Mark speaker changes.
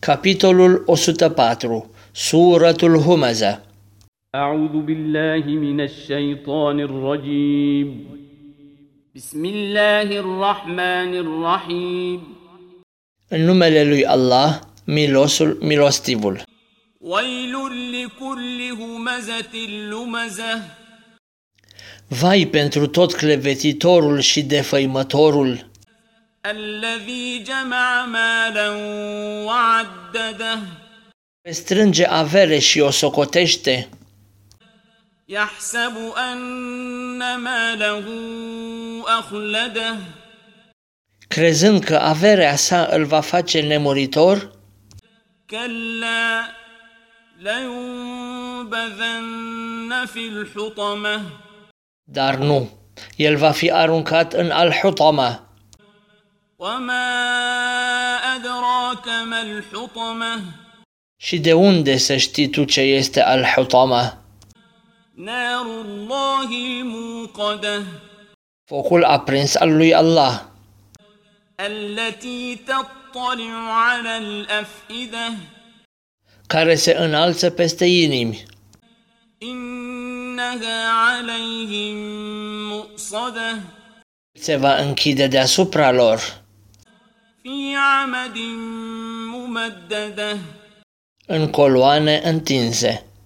Speaker 1: Capitolul 104. Suratul Humază.
Speaker 2: أعوذ بالله من الشيطان الرجيم بسم الله الرحمن الرحيم
Speaker 1: În numele lui Allah, milosul, milostivul.
Speaker 2: ويل لكل همزة لمزة
Speaker 1: Vai pentru tot clevetitorul și defăimătorul,
Speaker 2: الذي جمع مالا وعدده
Speaker 1: care strânge avere și o socotește,
Speaker 2: يحسب أن ماله أخلده
Speaker 1: crezând că averea sa îl va face nemuritor,
Speaker 2: كلا لينبذن في الحطمه
Speaker 1: dar nu. El va fi aruncat în al-Hutama.
Speaker 2: وما أدراك ما الحطمة
Speaker 1: Și de unde să știi tu ce este al-Hutama?
Speaker 2: نار الله الموقدة
Speaker 1: Focul aprins al lui Allah,
Speaker 2: التي تطلع على الأفئدة
Speaker 1: care se înalță peste inimi.
Speaker 2: إنها عليهم مؤصدة
Speaker 1: se va închide deasupra lor,
Speaker 2: في عمد ممدده
Speaker 1: în coloane întinse.